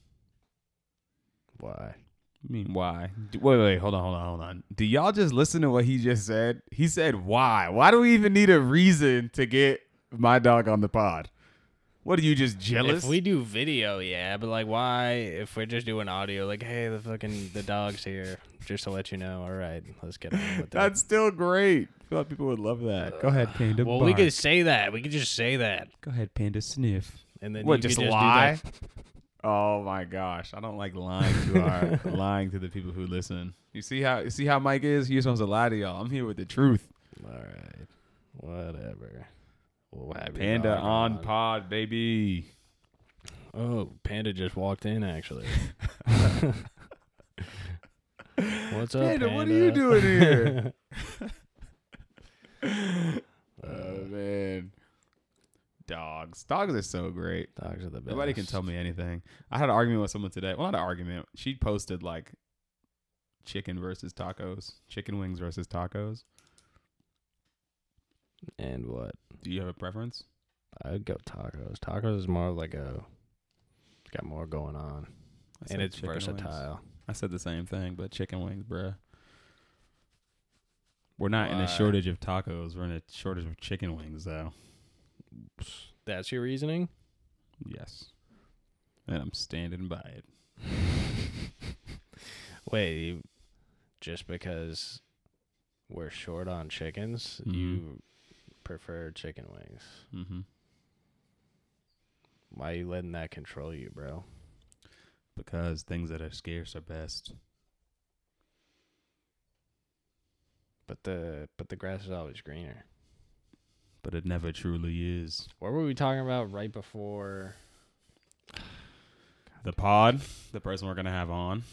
B: Why?
A: I mean, why? Do, wait, wait, hold on, hold on, hold on. Do y'all just listen to what he just said? He said, "Why? Why do we even need a reason to get my dog on the pod? What are you just jealous?
B: If we do video, yeah, but like, why? If we're just doing audio, like, hey, the fucking the dog's here, just to let you know. All right, let's get on
A: [laughs]
B: with that.
A: That's still great. I feel like people would love that. Go ahead, Panda.
B: Well, we could say that. We could just say that,
A: go ahead, Panda. Sniff.
B: and then
A: What?
B: you could
A: Just
B: do
A: lie? Oh my gosh, I don't like lying to [laughs] our lying to the people who listen. You see how you see how Mike is. He just wants to lie to y'all. I'm here with the truth.
B: that. All right, whatever. We'll have your
A: Panda
B: dog
A: on pod, baby.
B: Oh, Panda just walked in. Actually.
A: [laughs]
B: What's up, Panda?
A: Panda, what are you doing
B: [laughs]
A: here? [laughs] Oh man, dogs. Dogs are so great.
B: Dogs are the best.
A: Nobody can tell me anything. I had an argument with someone today. Well, not an argument. She posted like chicken versus tacos, chicken wings versus tacos.
B: And what?
A: Do you have a preference?
B: I would go tacos. Tacos is more like a it's got more going on,
A: I
B: and
A: said
B: it's
A: chicken wings.
B: versatile.
A: I said the same thing, but chicken wings, bruh. We're not in
B: Why?
A: a shortage of tacos. We're in a shortage of chicken wings, though.
B: That's your reasoning.
A: Yes. And I'm standing by it.
B: Wait, you, just because we're short on chickens,
A: Mhm.
B: you prefer chicken wings.
A: Mm-hmm.
B: Why you letting that control you, bro?
A: Because things that are scarce are best.
B: But the but the grass is always greener.
A: But it never truly is.
B: What were we talking about right before?
A: The pod, the person we're going to have on.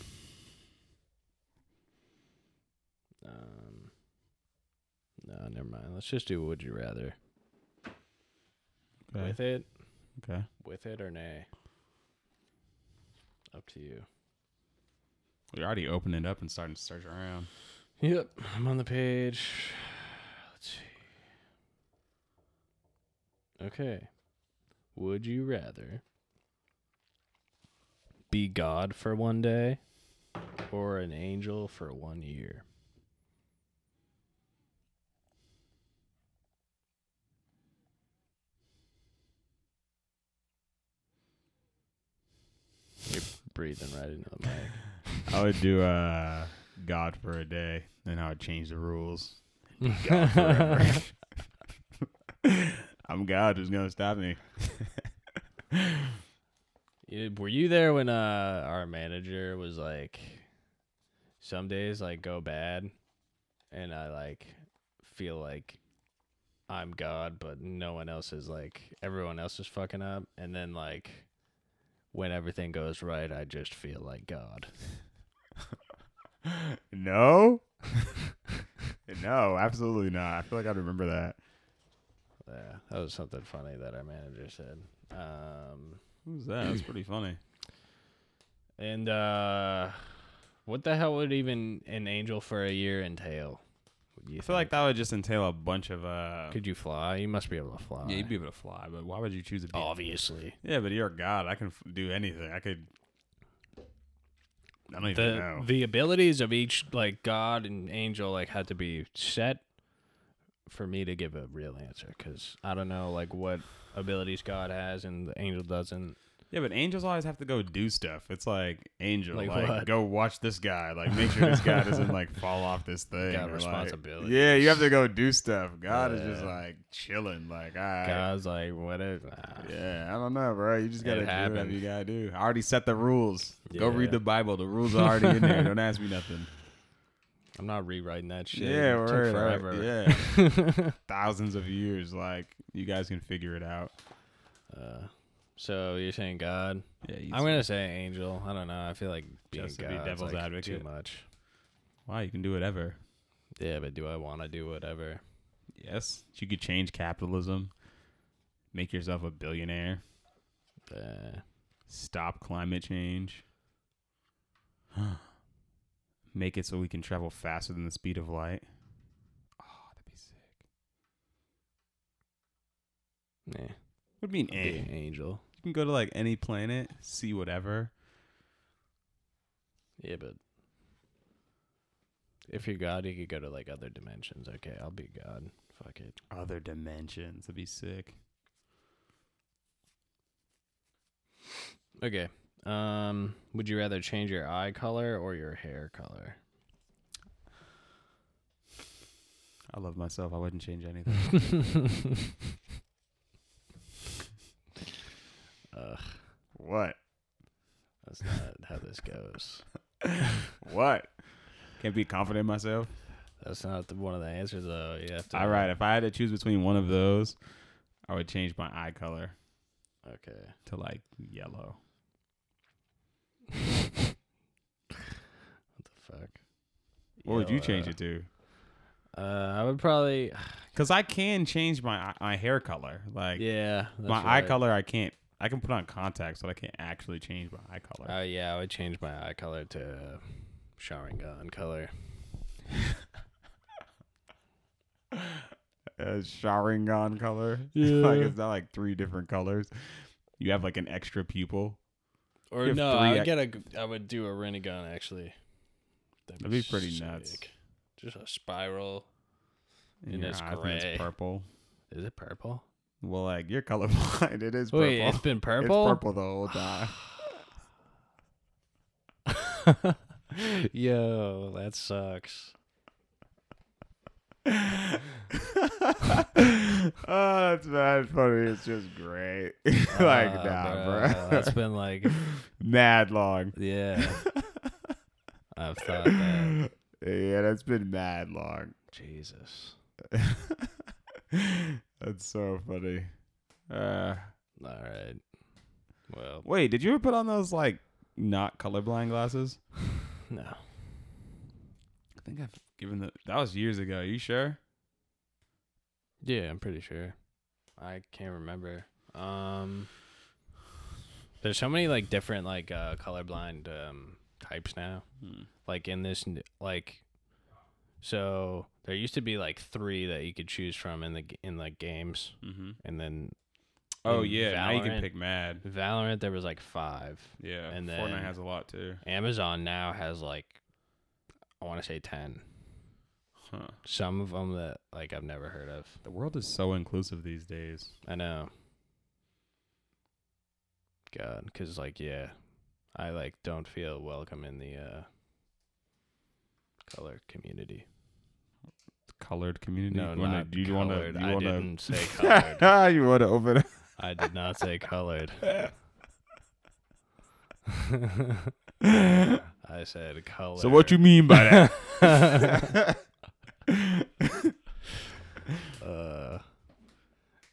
B: Um, no, never mind. Let's just do would you rather with it,
A: Okay.
B: with it or nay. Up to you.
A: We're already opening it up and starting to search around.
B: Yep, I'm on the page. Let's see. Okay. Would you rather be God for one day or an angel for one year? You're breathing right into the
A: [laughs]
B: mic.
A: I would
B: [laughs]
A: do uh, God for a day, and I would change the [laughs] rules. God forever. [laughs]
B: That's
A: I'm God. Who's going to stop me?
B: Yeah, Were you there when uh our manager was like, some days like go bad, and I like feel like I'm God, but no one else is like everyone else is fucking up, and then like when everything goes right, I just feel like God.
A: No? [laughs] no, absolutely not. I feel like I'd remember that.
B: Yeah, that was something funny that our manager said. Um,
A: Who's that? That's pretty funny.
B: and uh, what the hell would even an angel for a year entail?
A: I feel like that would just entail a bunch of. uh
B: Could you fly? You must be able to fly.
A: Yeah, you'd be able to fly, but why would you choose to be?
B: Obviously.
A: Yeah, but you're a god. I can f- do anything. I could. I don't even
B: The
A: know.
B: the abilities of each like god and angel like had to be set for me to give a real answer cuz I don't know like what abilities god has and the angel doesn't.
A: Yeah, but angels always have to go do stuff. It's like angel, like,
B: Like what?
A: go watch this guy, like make sure this guy doesn't like fall off this thing.
B: [laughs]
A: or,
B: Got
A: like-
B: responsibilities.
A: yeah, you have to go do stuff. God is just
B: Yeah.
A: like chilling, like all right.
B: God's like what it ah.
A: Yeah, I don't know, bro. You just gotta do whatever
B: happens.
A: you gotta do. I already set the rules. Go
B: Yeah.
A: read the Bible. The rules are already in there. Don't ask me nothing.
B: I'm not rewriting that [laughs] shit.
A: Yeah,
B: it
A: word,
B: took forever.
A: Yeah,
B: [laughs]
A: thousands of years. Like you guys can figure it out.
B: Uh, so you're saying god?
A: Yeah,
B: I'm going to say angel. I don't know. I feel like being
A: Just to be
B: god's,
A: devil's
B: like, too
A: advocate.
B: much.
A: Wow, you can do whatever.
B: Yeah, but do I want to do whatever?
A: Yes, you could change capitalism. Make yourself a billionaire.
B: Uh,
A: Stop climate change. [gasps] Make it so we can travel faster than the speed of light. Oh, that'd be sick.
B: nah.
A: What do you mean?
B: I'll be
A: Eh?
B: an angel.
A: You can go to like any planet, see whatever.
B: Yeah, but if you're God, you could go to like other dimensions. Okay, I'll be God. Fuck it.
A: Other dimensions. That'd be sick.
B: Okay. Um, would you rather change your eye color or your hair color?
A: I love myself. I wouldn't change [laughs] anything.
B: Ugh,
A: what?
B: that's
A: [laughs]
B: not how this goes.
A: What? Can't be confident in myself.
B: That's not the, one of the answers though. You have to.
A: All right. If I had to choose between one of those, I would change my eye color
B: Okay.
A: to like yellow.
B: What the fuck?
A: What would you change it to?
B: Uh, I would probably.
A: Because I can change my my hair color. Like
B: Yeah. that's
A: my eye
B: right.
A: color, I can't. I can put on contacts, but I can't actually change my eye color.
B: Uh, yeah, I would change my eye color to uh, Sharingan color.
A: a Sharingan color. [laughs] like
B: Yeah.
A: it's not like three different colors. You have like an extra pupil. You
B: Or
A: have
B: no,
A: three
B: I would
A: ac-
B: get a. g- I would do a Renegon actually.
A: That'd be pretty nuts.
B: Just a spiral.
A: in
B: And
A: your
B: it's
A: eyes, and
B: gray.
A: it's purple.
B: Is it purple?
A: Well, like you're colorblind. [laughs] It is purple.
B: Wait, it's been purple.
A: It's purple the whole
B: [sighs] [laughs]
A: time. [laughs]
B: Yo, that sucks.
A: oh, it's not funny. It's just great. [laughs] [laughs] like,
B: Uh,
A: nah,
B: bruh,
A: bro.
B: That's
A: [laughs]
B: been like,
A: Mad long.
B: yeah.
A: [laughs]
B: I've thought that.
A: Yeah, that's been mad long. [laughs]
B: Jesus.
A: that's so funny. Uh,
B: All right. Well,
A: wait, did you ever put on those like not colorblind glasses?
B: no.
A: I think I've given the that was years ago. you sure?
B: Yeah, I'm pretty sure. I can't remember. Um, there's so many like different like uh, colorblind um, types now. like in this n- like so there used to be like three that you could choose from in the g- in like games
A: Mm-hmm.
B: and then
A: Oh
B: In
A: yeah, now you
B: Valorant.
A: can pick mad.
B: Valorant there was like five.
A: Yeah,
B: And then-
A: Fortnite has a lot too.
B: Amazon now has like I want to say 10.
A: Huh.
B: Some of them that like I've never heard of.
A: The world is so inclusive these days.
B: I know. God, cuz like yeah, I like don't feel welcome in the uh color community.
A: Colored community.
B: No,
A: you wanna,
B: not
A: do you
B: colored.
A: Wanna,
B: I
A: you wanna,
B: didn't
A: [laughs]
B: say colored.
A: you wanna open up?
B: I did not
A: [laughs]
B: say colored. I said color.
A: So what you mean by that? [laughs]
B: uh, uh,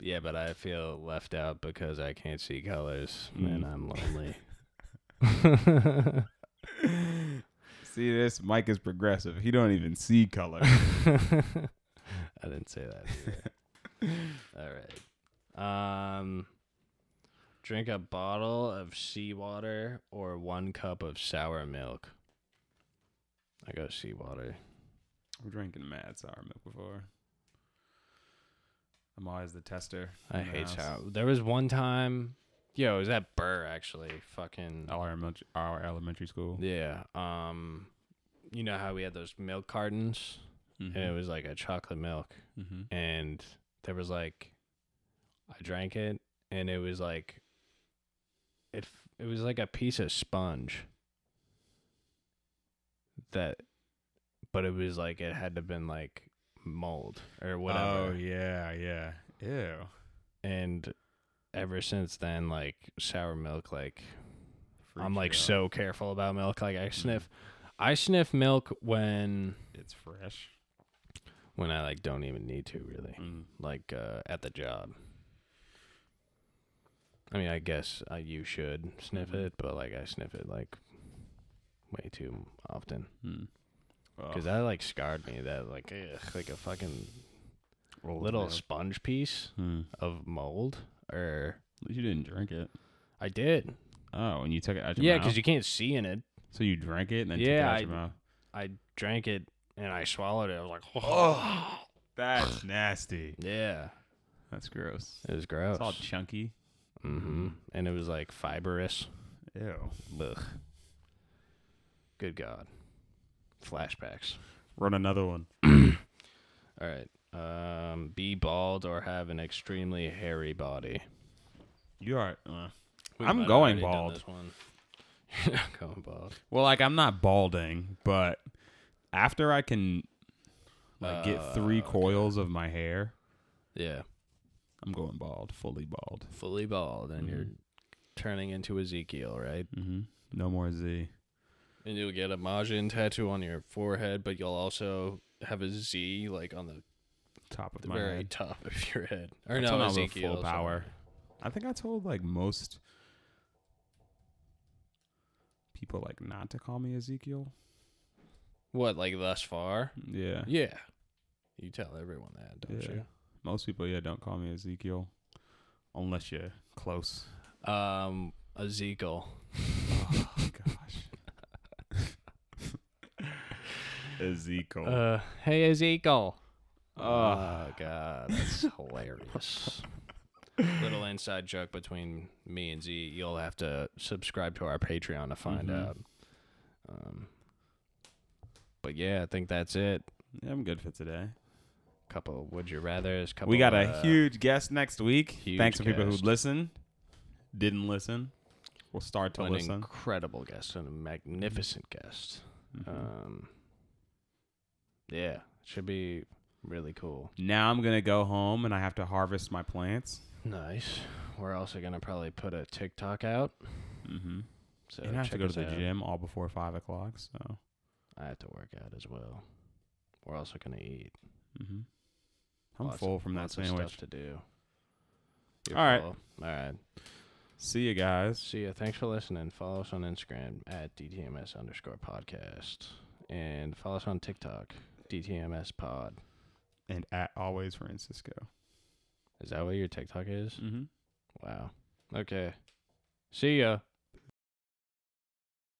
B: yeah, but I feel left out because I can't see colors and
A: Mm.
B: I'm
A: [laughs]
B: lonely.
A: see this? Mike is progressive. He don't even see color.
B: I didn't say that. Either. All right. Um, drink a bottle of seawater or one cup of sour milk. I go seawater.
A: [laughs] I'm drinking mad sour milk before. I'm always the tester.
B: I
A: in the
B: hate
A: house.
B: sour. There was one time, yo, it was at Burr actually. Fucking
A: Our elementary, our elementary school.
B: yeah. Um, you know how we had those milk cartons,
A: Mm-hmm.
B: and it was like a chocolate milk,
A: hmm
B: and there was like, I drank it, and it was like, it f- it was like a piece of sponge. That, but it was like it had to been like mold or whatever.
A: Oh yeah, yeah. Ew.
B: and ever since then like sour milk like i'm
A: Freaks
B: like
A: you out.
B: so careful about milk like i sniff i sniff milk when
A: It's fresh.
B: when i like don't even need to really
A: Mm.
B: like uh at the job i mean i guess uh, you should sniff
A: Mm-hmm.
B: it but like i sniff it like way too often
A: Mm.
B: because that like scarred me that like ugh, like a fucking little sponge piece
A: Hmm.
B: of mold or
A: At least you didn't drink it.
B: i did
A: Oh, and you took it out your
B: yeah
A: mouth.
B: because you can't see in it
A: so you drank it and then
B: Yeah,
A: took it out your
B: I-
A: mouth.
B: I drank it and I swallowed it. I was like, [laughs]
A: Oh, that's nasty.
B: yeah,
A: That's gross.
B: it was gross.
A: It's all chunky.
B: hmm And it was like fibrous.
A: Ew.
B: Ugh. Good God. Flashbacks.
A: Run another one.
B: All right. Um, be bald or have an extremely hairy body.
A: You are. Uh,
B: We
A: I'm
B: might have
A: going
B: already done
A: bald.
B: This one. [laughs] You're not going bald.
A: well, like I'm not balding, but after I can like get three
B: Uh, okay.
A: coils of my hair,
B: Yeah,
A: I'm going bald, fully bald.
B: fully bald, and you're turning into Ezekiel, right?
A: Mm-hmm. No more Z.
B: And you'll get a Majin tattoo on your forehead, but you'll also have a Z like on the
A: Top of
B: the
A: my
B: very
A: head.
B: top of your head. Or
A: That's
B: no,
A: when I'll go
B: Ezekiel.
A: full
B: sorry.
A: power. I think I told like most people like not to call me Ezekiel.
B: What, like
A: [laughs]
B: thus far?
A: Yeah.
B: Yeah. You tell everyone that, don't
A: Yeah. Most people, yeah, don't call me Ezekiel unless you're close. [laughs]
B: you? Um, Ezekiel.
A: Oh
B: [laughs]
A: gosh. Ezekiel.
B: Uh, hey Ezekiel.
A: Oh.
B: oh god,
A: [laughs]
B: that's hilarious. Little inside joke between me and Z. You'll have to subscribe to our Patreon to find
A: Mhm.
B: out. Um, but yeah, I think that's it.
A: yeah, I'm good for today.
B: Couple would you rather's. Couple.
A: We got a
B: uh,
A: huge guest next week.
B: huge
A: Thanks for people who
B: guest.
A: listened. Didn't listen. We'll start to
B: an
A: listen.
B: incredible guest and a uh,
A: Mm-hmm.
B: magnificent guest.
A: Mhm.
B: Um, yeah, should be Really cool.
A: Now I'm gonna go home and I have to harvest my plants.
B: Nice. We're also gonna probably put a TikTok out.
A: Mm-hmm.
B: So
A: and I have to
B: check
A: go to
B: us
A: the
B: out.
A: gym all before five o'clock. So
B: I have to work out as well. We're also gonna eat.
A: hmm I'm
B: Lots of-
A: full from that
B: lots of
A: sandwich.
B: stuff to do.
A: All right.
B: full. All right.
A: See you guys.
B: See ya. Thanks for listening. Follow us on Instagram at DTMS underscore podcast. And follow us on TikTok, DTMS pod.
A: And at always Francisco.
B: Is that what your TikTok is?
A: Mm-hmm.
B: Wow. Okay. See ya.